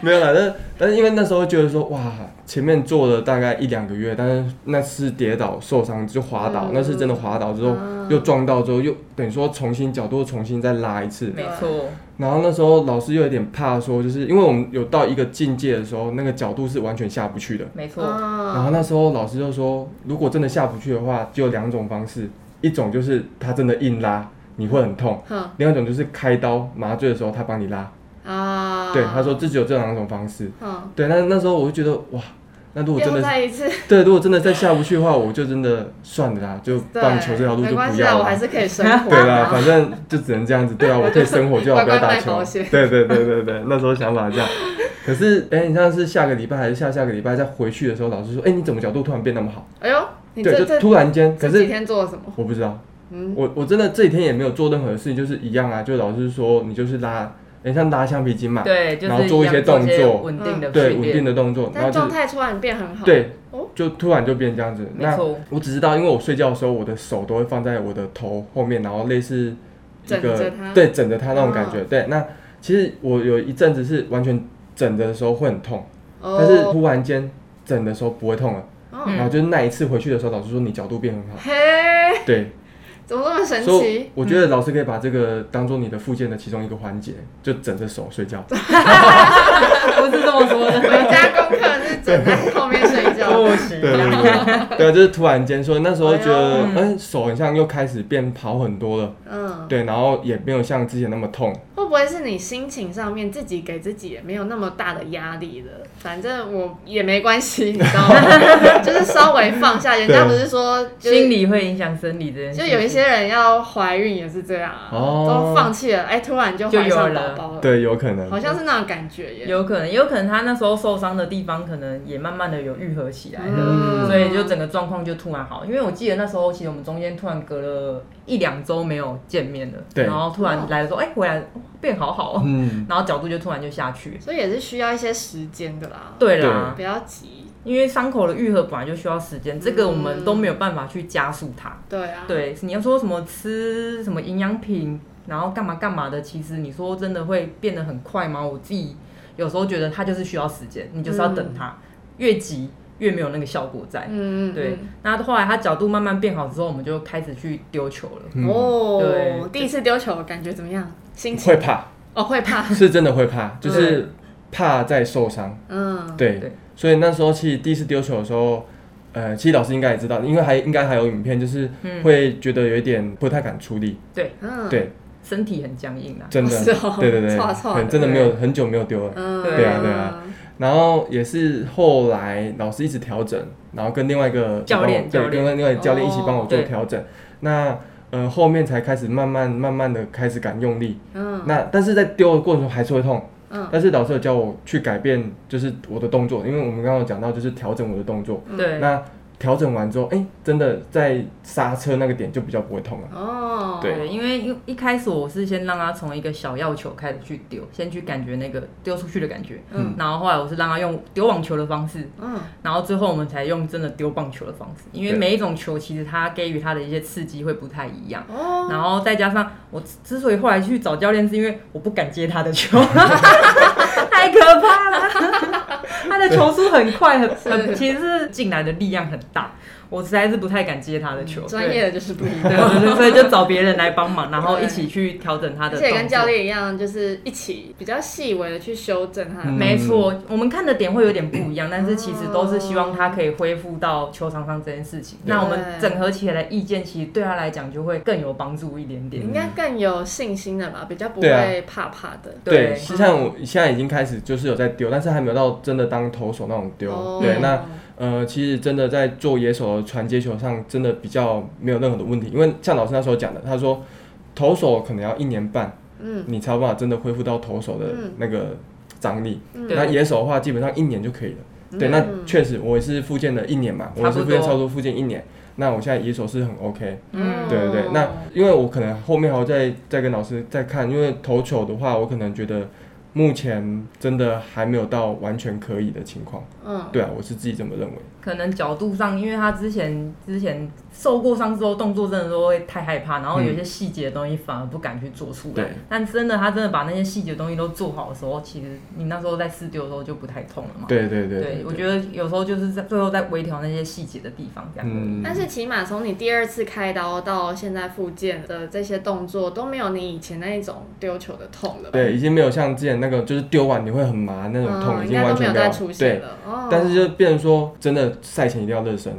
Speaker 3: 没有啦，但是但是因为那时候觉得说哇，前面做了大概一两个月，但是那次跌倒受伤就滑倒，
Speaker 2: 嗯
Speaker 3: 那是真的滑倒之后、
Speaker 2: 嗯
Speaker 3: 又撞到之后又等于说重新角度重新再拉一次，
Speaker 1: 没错，
Speaker 3: 然后那时候老师又有点怕说，就是因为我们有到一个境界的时候，那个角度是完全下不去的。
Speaker 1: 没错，
Speaker 3: 然后
Speaker 2: 嗯，
Speaker 3: 那时候老师就说，如果真的下不去的话，就有两种方式，一种就是他真的硬拉，你会很痛；
Speaker 2: 哼
Speaker 3: 另外一种就是开刀麻醉的时候他帮你拉。
Speaker 2: 啊，
Speaker 3: 对，他说这只有这两种方式。
Speaker 2: 哼，
Speaker 3: 对，那那时候我就觉得哇，那如果真
Speaker 2: 又
Speaker 3: 的
Speaker 2: 再一次，
Speaker 3: 对，如果真的再下不去的话，我就真的算了啦，就
Speaker 2: 对，
Speaker 3: 棒球这条路
Speaker 2: 没
Speaker 3: 就
Speaker 2: 关
Speaker 3: 不
Speaker 2: 系啊，
Speaker 3: 要
Speaker 2: 我还
Speaker 3: 了。
Speaker 2: 是可以生活，
Speaker 3: 对啦，反正就只能这样子。对啊，我可以生活就好，
Speaker 2: 乖
Speaker 3: 不要
Speaker 2: 乖
Speaker 3: 打
Speaker 2: 卖
Speaker 3: 球
Speaker 2: 保。险，
Speaker 3: 对对对对对，那时候想法是这样。可是，哎、你像是下个礼拜还是下下个礼拜再回去的时候，老师说，哎、你怎么角度突然变那么好？
Speaker 2: 哎呦，你
Speaker 3: 对，
Speaker 2: 这
Speaker 3: 就
Speaker 2: 这
Speaker 3: 突然间。可
Speaker 2: 这几
Speaker 3: 是
Speaker 2: 天做了什么？
Speaker 3: 我不知道，
Speaker 2: 嗯
Speaker 3: 我我真的这几天也没有做任何事情，就是一样啊，就老师说你就是拉，哎、像拉橡皮筋嘛，
Speaker 1: 对，就
Speaker 3: 然
Speaker 1: 是
Speaker 3: 后做一些动作嗯
Speaker 1: 样做稳定的
Speaker 3: 对，
Speaker 1: 训
Speaker 3: 稳
Speaker 1: 练
Speaker 3: 定的动作，然后
Speaker 2: 但
Speaker 3: 就
Speaker 2: 状
Speaker 3: 是
Speaker 2: 态突然变很好，，
Speaker 3: 对
Speaker 2: 哦，
Speaker 3: 就突然就变这样子。
Speaker 1: 没
Speaker 3: 那
Speaker 1: 错，
Speaker 3: 我只知道，因为我睡觉的时候，我的手都会放在我的头后面，然后类似一
Speaker 2: 枕着
Speaker 3: 个
Speaker 2: 它哦
Speaker 3: 对枕着它那种感觉。对，那其实我有一阵子是完全枕着的时候会很痛，但是
Speaker 2: 哦，
Speaker 3: 突然间枕的时候不会痛了。
Speaker 2: 哦
Speaker 1: 嗯
Speaker 3: 然后就是那一次回去的时候，老师说你角度变很好。
Speaker 2: 嘿，
Speaker 3: 对，
Speaker 2: 怎么这么神
Speaker 3: 所以
Speaker 2: 奇？嗯
Speaker 3: 我觉得老师可以把这个当做你的附件的其中一个环节，就枕着手睡觉。
Speaker 1: 不是这么说的，
Speaker 2: 回家功课是枕在后面睡觉，
Speaker 1: 不
Speaker 3: 对
Speaker 1: 行。
Speaker 3: 对对，对啊，就是突然间，所以那时候觉得，
Speaker 1: 哎呦
Speaker 3: 哎，手很像又开始变好很多了，
Speaker 2: 嗯，
Speaker 3: 对，然后也没有像之前那么痛，
Speaker 2: 会不会是你心情上面自己给自己也没有那么大的压力了？反正我也没关系，你知道吗？就是稍微放下。人家不是说就是
Speaker 1: 心理会影响生理这件事
Speaker 2: 就
Speaker 1: 情，
Speaker 2: 有一些人要怀孕也是这样啊，
Speaker 3: 哦
Speaker 2: 都放弃了，哎，突然就怀上宝宝了，
Speaker 3: 对，有可能。
Speaker 2: 好像是那种感觉耶。
Speaker 1: 有可能，也有可能他那时候受伤的地方可能也慢慢的有愈合起来了，
Speaker 2: 嗯
Speaker 1: 所以就整个状况就突然好。因为我记得那时候其实我们中间突然隔了一两周没有见面了，
Speaker 3: 对
Speaker 1: 然后突然来的时候，哎、回来、哦变好好、哦，
Speaker 3: 嗯，
Speaker 1: 然后角度就突然就下去。
Speaker 2: 所以也是需要一些时间的啦，
Speaker 1: 对啦，
Speaker 2: 不要急，
Speaker 1: 因为伤口的愈合本来就需要时
Speaker 2: 嗯
Speaker 1: 间，这个我们都没有办法去加速它。
Speaker 2: 对啊，
Speaker 1: 对，你要说什么吃什么营养品，然后干嘛干嘛的，其实你说真的会变得很快吗？我自己有时候觉得它就是需要时间，你就是要等它，越急越没有那个效果在。
Speaker 2: 嗯嗯，嗯，
Speaker 1: 对
Speaker 2: 嗯，
Speaker 1: 那后来它角度慢慢变好之后，我们就开始去丢球了。
Speaker 3: 嗯
Speaker 2: 哦
Speaker 1: 对，
Speaker 2: 第一次丢球感觉怎么样？心情
Speaker 3: 会怕，
Speaker 2: 哦会怕，
Speaker 3: 是真的会怕，就是怕再受伤。
Speaker 2: 嗯，
Speaker 3: 对，
Speaker 1: 对
Speaker 3: 所以那时候其实第一次丢球的时候，呃，其实老师应该也知道，因为还应该还有影片，就是
Speaker 1: 嗯
Speaker 3: 会觉得有一点不太敢出力。
Speaker 1: 对，
Speaker 2: 嗯，
Speaker 3: 对，
Speaker 1: 身体很僵硬啊。
Speaker 3: 真的，
Speaker 2: 是哦
Speaker 3: 对对对，
Speaker 2: 错错的
Speaker 3: 很真的没有很久没有丢了。
Speaker 2: 嗯，
Speaker 1: 对啊
Speaker 3: 对啊，然后也是后来老师一直调整，然后跟另外一个
Speaker 1: 教练
Speaker 3: 对，
Speaker 1: 教练
Speaker 3: 跟另外一个教练一起帮我做
Speaker 1: 哦对
Speaker 3: 调整。那呃后面才开始慢慢慢慢的开始敢用力。
Speaker 2: 嗯
Speaker 3: 那但是在丢的过程中还是会痛。
Speaker 2: 嗯
Speaker 3: 但是老师有教我去改变，就是我的动作，因为我们刚刚有讲到，就是调整我的动作。
Speaker 2: 嗯
Speaker 1: 对，
Speaker 3: 那调整完之后，哎、真的在刹车那个点就比较不会痛了。
Speaker 2: 哦，
Speaker 3: 对
Speaker 1: 对，因为一一开始我是先让他从一个小药球开始去丢，先去感觉那个丢出去的感觉，
Speaker 2: 嗯
Speaker 1: 然后后来我是让他用丢网球的方式，
Speaker 2: 嗯
Speaker 1: 然后最后我们才用真的丢棒球的方式，因为
Speaker 3: 对
Speaker 1: 每一种球其实它给予它的一些刺激会不太一样。
Speaker 2: 哦，
Speaker 1: 然后再加上我之之所以后来去找教练，是因为我不敢接他的球， 太可怕了。 他的球速很快，很很，
Speaker 2: 是
Speaker 1: 其实是进来的力量很大，我实在是不太敢接他的球。
Speaker 2: 嗯专业的就是不一
Speaker 1: 对
Speaker 2: 样，
Speaker 1: 对对，所以就找别人来帮忙，然后
Speaker 2: 对
Speaker 1: 一起去调整他
Speaker 2: 而
Speaker 1: 的。
Speaker 2: 且跟教。练一样，就是一起比较细微的去修正他的
Speaker 3: 嗯
Speaker 1: 没错，我们看的点会有点不一样，但是其实都是希望他可以恢复到球场上这件事情。
Speaker 3: 对
Speaker 1: 那我们整合起来的意见，其实对他来讲就会更有帮助一点点。
Speaker 2: 应该更有信心的吧，比较不
Speaker 3: 对啊
Speaker 2: 会怕怕的。
Speaker 1: 对
Speaker 3: 实际上我现在已经开始就是有在丢，但是还没有到真的当投手那种丢。
Speaker 2: 哦
Speaker 3: 对，那呃，其实真的在做野手的传接球上，真的比较没有任何的问题，因为像老师那时候讲的，他说投手可能要一年半，
Speaker 2: 嗯
Speaker 3: 你才有办法真的恢复到投手的
Speaker 1: 嗯
Speaker 3: 那个张力。
Speaker 2: 嗯
Speaker 3: 那
Speaker 1: 对
Speaker 3: 野手的话，基本上一年就可以了。对，那确实，我也是复健了一年嘛，我也是
Speaker 1: 嗯差不多
Speaker 3: 复健操作复健一年。那我现在野手是很 OK，
Speaker 1: 嗯
Speaker 3: 对对对
Speaker 2: 哦。
Speaker 3: 那因为我可能后面还要再再跟老师再看，因为投球的话，我可能觉得目前真的还没有到完全可以的情况。
Speaker 2: 嗯
Speaker 3: 对啊，我是自己这么认为。
Speaker 1: 可能角度上，因为他之前之前受过伤之后，动作真的都会太害怕，然后有一些细节的东西反而不敢去做出来。
Speaker 3: 对
Speaker 1: 但真的他真的把那些细节的东西都做好的时候，其实你那时候在试丢的时候就不太痛
Speaker 2: 哦
Speaker 1: 了嘛。
Speaker 3: 对对对
Speaker 1: 对我觉得有时候就是在最后在微调那些细节的地方，这样。
Speaker 3: 嗯，
Speaker 2: 但是起码从你第二次开刀到现在复健的这些动作都没有你以前那一种丢球的痛了吧？
Speaker 3: 对，已经没有像之前那个就是丢完你会很麻那种
Speaker 2: 嗯，
Speaker 3: 痛，已
Speaker 2: 应
Speaker 3: 经
Speaker 2: 该
Speaker 3: 完
Speaker 2: 都没
Speaker 3: 全
Speaker 2: 有
Speaker 3: 没有
Speaker 2: 再出。现
Speaker 3: 对，
Speaker 2: 了。哦，
Speaker 3: 但是就变成说，真的赛前一定要热身，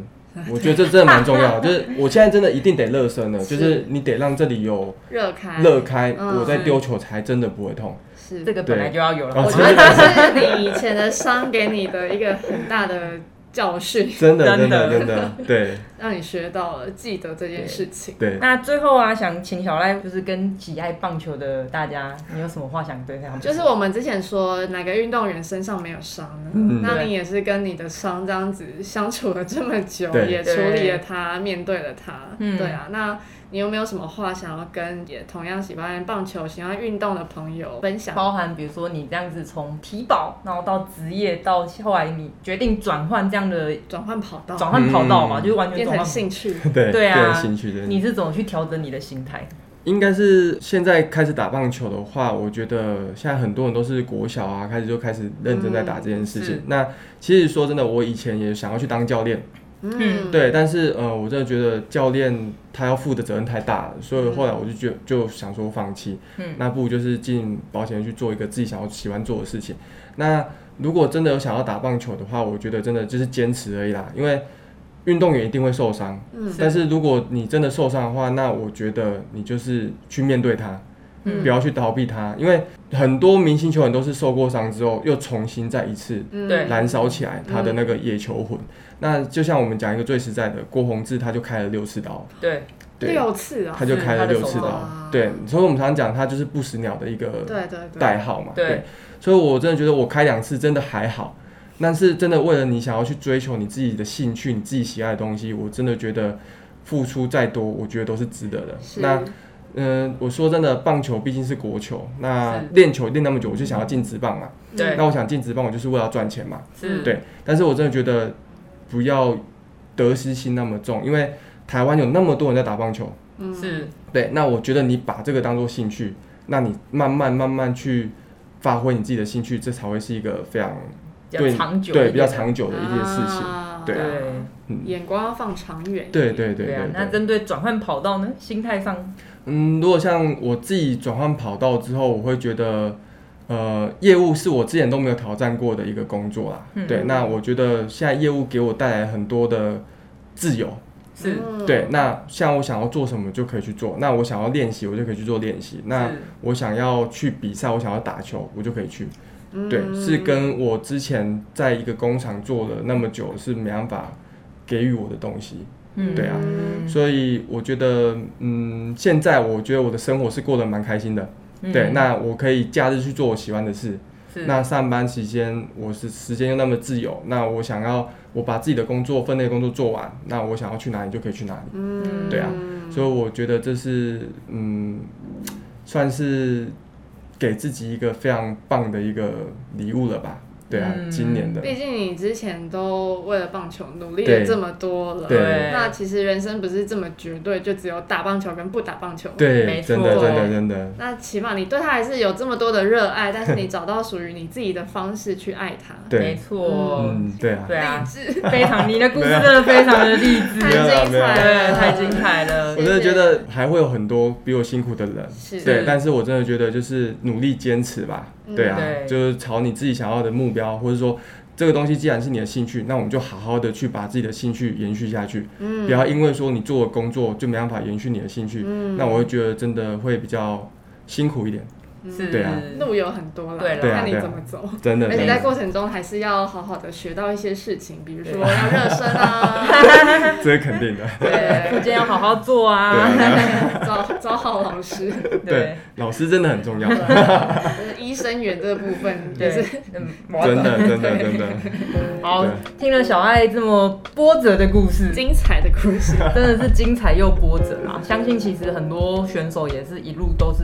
Speaker 3: 我觉得这真的蛮重要的，就是我现在真的一定得热身了，就是你得让这里有
Speaker 2: 热开，
Speaker 3: 热开，我在
Speaker 2: 哎嗯
Speaker 3: 丢球才真的不会痛。
Speaker 2: 是
Speaker 1: 这个本来就要有了。
Speaker 3: 对
Speaker 2: 我
Speaker 1: 我
Speaker 2: 觉得这是你以前的伤给你的一个很大的教训，
Speaker 3: 真的，真
Speaker 1: 真的
Speaker 3: 的，真的，对
Speaker 2: 让你学到了记得这件事情。
Speaker 3: 对。
Speaker 1: 那最后啊，想请小赖就是跟喜爱棒球的大家，你有什么话想对他们？
Speaker 2: 就是我们之前说哪个运动员身上没有伤呢？
Speaker 3: 嗯
Speaker 2: 那你也是跟你的伤这样子相处了这么久，
Speaker 3: 对
Speaker 2: 也处理了它，面对了它。
Speaker 1: 嗯
Speaker 2: 对啊，那你有没有什么话想要跟也同样喜欢棒球、喜欢运动的朋友分享？
Speaker 1: 包含比如说你这样子从体保，然后到职业，到后来你决定转换这样的
Speaker 2: 转换跑道，
Speaker 1: 转换跑道嘛，
Speaker 3: 嗯
Speaker 1: 就是完全
Speaker 2: 哦变
Speaker 1: 转换。
Speaker 2: 成兴趣。
Speaker 3: 对
Speaker 1: 对啊
Speaker 3: 兴趣的
Speaker 1: 你是怎么去调整你的心态？
Speaker 3: 应该是现在开始打棒球的话，我觉得现在很多人都是国小啊，开始就开始认真在打这件事情。
Speaker 1: 嗯是
Speaker 3: 那其实说真的，我以前也想要去当教练，
Speaker 2: 嗯，
Speaker 3: 对，但是呃，我真的觉得教练他要负的责任太大了，所以后来我就觉就想说放弃，
Speaker 1: 嗯
Speaker 3: 那不如就是进保险去做一个自己想要喜欢做的事情。那如果真的有想要打棒球的话，我觉得真的就是坚持而已啦，因为运动员一定会受伤，
Speaker 2: 嗯
Speaker 3: 但是如果你真的受伤的话，那我觉得你就是去面对它，
Speaker 1: 嗯
Speaker 3: 不要去逃避它，因为很多明星球员都是受过伤之后又重新再一次
Speaker 2: 嗯
Speaker 1: 对
Speaker 3: 燃烧起来他的那个野球魂。那就像我们讲一个最实在的，郭宏志他就开了六次刀，
Speaker 1: 对，
Speaker 3: 对，
Speaker 2: 六次啊，
Speaker 3: 他就开了六
Speaker 1: 是
Speaker 3: 次
Speaker 1: 他的手
Speaker 3: 刀
Speaker 2: 啊，
Speaker 3: 对，所以我们常常讲他就是不死鸟的一个
Speaker 2: 对对对，
Speaker 3: 代号嘛，
Speaker 1: 对
Speaker 3: 对，所以我真的觉得我开两次真的还好，但是真的为了你想要去追求你自己的兴趣、你自己喜爱的东西，我真的觉得付出再多，我觉得都是值得的。
Speaker 2: 是
Speaker 3: 那嗯、呃我说真的，棒球毕竟是国球，那
Speaker 1: 是
Speaker 3: 练球练那么久，我就想要进职棒嘛。
Speaker 2: 嗯
Speaker 1: 对
Speaker 3: 那我想进职棒，我就是为了要赚钱嘛。
Speaker 1: 是，
Speaker 3: 对，但是我真的觉得不要得失心那么重，因为台湾有那么多人在打棒球。
Speaker 2: 嗯
Speaker 1: 是，
Speaker 3: 对，那我觉得你把这个当做兴趣，那你慢慢慢慢去发挥你自己的兴趣，这才会是一个非常
Speaker 1: 比较
Speaker 3: 对
Speaker 1: 长久一点
Speaker 3: 对
Speaker 1: 的，
Speaker 3: 比较长久的一件事情。
Speaker 2: 啊
Speaker 3: 对啊
Speaker 1: 对
Speaker 3: 嗯，
Speaker 2: 眼光要放长远一点。
Speaker 3: 对对对
Speaker 1: 对啊。那
Speaker 3: 对对。
Speaker 1: 针对转换跑道呢，心态上，
Speaker 3: 嗯，如果像我自己转换跑道之后，我会觉得。呃，业务是我之前都没有挑战过的一个工作啦。
Speaker 1: 嗯
Speaker 3: 对，那我觉得现在业务给我带来很多的自由，
Speaker 1: 是
Speaker 2: 嗯
Speaker 3: 对，那像我想要做什么就可以去做，那我想要练习我就可以去做练习，那
Speaker 1: 是
Speaker 3: 我想要去比赛，我想要打球我就可以去。
Speaker 2: 嗯
Speaker 3: 对，是跟我之前在一个工厂做了那么久是没办法给予我的东西，
Speaker 1: 嗯
Speaker 3: 对啊
Speaker 1: 嗯
Speaker 3: 所以我觉得，嗯，现在我觉得我的生活是过得蛮开心的。对，
Speaker 1: 嗯
Speaker 3: 那我可以假日去做我喜欢的事，
Speaker 1: 是
Speaker 3: 那上班期间我是时间又那么自由，那我想要我把自己的工作分内工作做完，那我想要去哪里就可以去哪里。
Speaker 2: 嗯
Speaker 3: 对啊所以我觉得这是嗯，算是给自己一个非常棒的一个礼物了吧？对啊，
Speaker 1: 嗯
Speaker 3: 今年的
Speaker 2: 毕竟你之前都为了棒球努力了
Speaker 3: 对
Speaker 2: 这么多了，
Speaker 3: 对
Speaker 2: 那其实人生不是这么绝对，就只有打棒球跟不打棒球。
Speaker 1: 没
Speaker 3: 对，
Speaker 1: 错
Speaker 3: 真的真的真的，
Speaker 2: 那起码你对它还是有这么多的热爱，但是你找到属于你自己的方式去爱它。
Speaker 1: 没
Speaker 3: 对，
Speaker 1: 错，
Speaker 3: 嗯，对啊，
Speaker 1: 对啊
Speaker 2: 励，志，
Speaker 1: 非常你的故事真的非常的励志，
Speaker 2: 太
Speaker 3: 没有啦
Speaker 2: 精
Speaker 3: 没有啦
Speaker 2: 彩
Speaker 1: 对，
Speaker 2: 了，
Speaker 1: 太精彩了
Speaker 3: 我。真的觉得还会有很多比我辛苦的人，
Speaker 2: 是
Speaker 3: 对，但是我真的觉得就是努力坚持吧，
Speaker 2: 嗯
Speaker 3: 对啊，
Speaker 1: 对
Speaker 3: 就是朝你自己想要的目标，或者说这个东西既然是你的兴趣，那我们就好好的去把自己的兴趣延续下去，
Speaker 2: 嗯
Speaker 3: 不要因为说你做的工作就没办法延续你的兴趣，
Speaker 2: 嗯
Speaker 3: 那我会觉得真的会比较辛苦一点，
Speaker 1: 是，
Speaker 3: 对啊
Speaker 2: 路有很多
Speaker 1: 对
Speaker 2: 了，
Speaker 1: 啦
Speaker 2: 看你
Speaker 3: 对啊
Speaker 2: 怎么走。
Speaker 3: 真的。
Speaker 2: 而且
Speaker 3: 真
Speaker 2: 在
Speaker 3: 的
Speaker 2: 过程中还是要好好的学到一些事情，比如说
Speaker 1: 对
Speaker 2: 要热身啊，
Speaker 3: 这是肯 定的。
Speaker 1: 对，课
Speaker 2: 对，
Speaker 1: 件要好好做啊，
Speaker 3: 对，
Speaker 2: 找找好老师，
Speaker 3: 对，老师真的 很重要，
Speaker 2: 就是医生缘这部分也
Speaker 1: 对
Speaker 2: 是，
Speaker 1: 嗯，我
Speaker 3: 真的，真的，真的。
Speaker 1: 好
Speaker 3: 对，
Speaker 1: 听了小爱这么波折的故事，
Speaker 2: 精彩的故事。
Speaker 1: 真的是精彩又波折啊！相信其实很多选手也是一路都是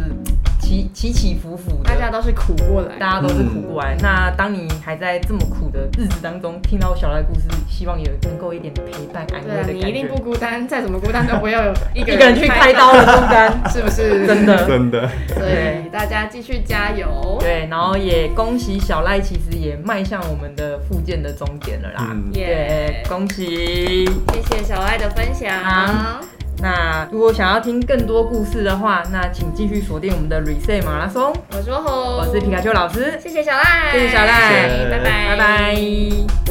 Speaker 1: 起起起伏伏的
Speaker 2: 大，家都是苦过来的，
Speaker 1: 大家都是苦过来。那当你还在这么苦的日子当中，听到小赖的故事，希望也能够一点陪伴安慰
Speaker 2: 对啊，
Speaker 1: 的
Speaker 2: 你
Speaker 1: 感
Speaker 2: 一定
Speaker 1: 觉
Speaker 2: 不。孤单，再怎么孤单都不要有一
Speaker 1: 一个人去开刀，的孤 单，
Speaker 2: 是不是？
Speaker 1: 真的。
Speaker 3: 真 的，
Speaker 2: 所以
Speaker 1: 对
Speaker 2: 大家继续加油，
Speaker 1: 对，然后也恭喜小赖，其实也迈向我们的复健的终点了啦。
Speaker 3: 嗯，
Speaker 1: 对
Speaker 2: 耶，！
Speaker 1: 恭喜！
Speaker 2: 谢谢小爱的分享
Speaker 1: 好，那如果想要听更多故事的话，那请继续锁定我们的 Reset 马拉松。
Speaker 2: 我是吼，
Speaker 1: 我是皮卡丘老师，
Speaker 2: 谢谢小赖，
Speaker 1: 谢谢小赖
Speaker 3: 谢谢
Speaker 2: 拜
Speaker 1: 拜
Speaker 2: 拜，
Speaker 1: 拜。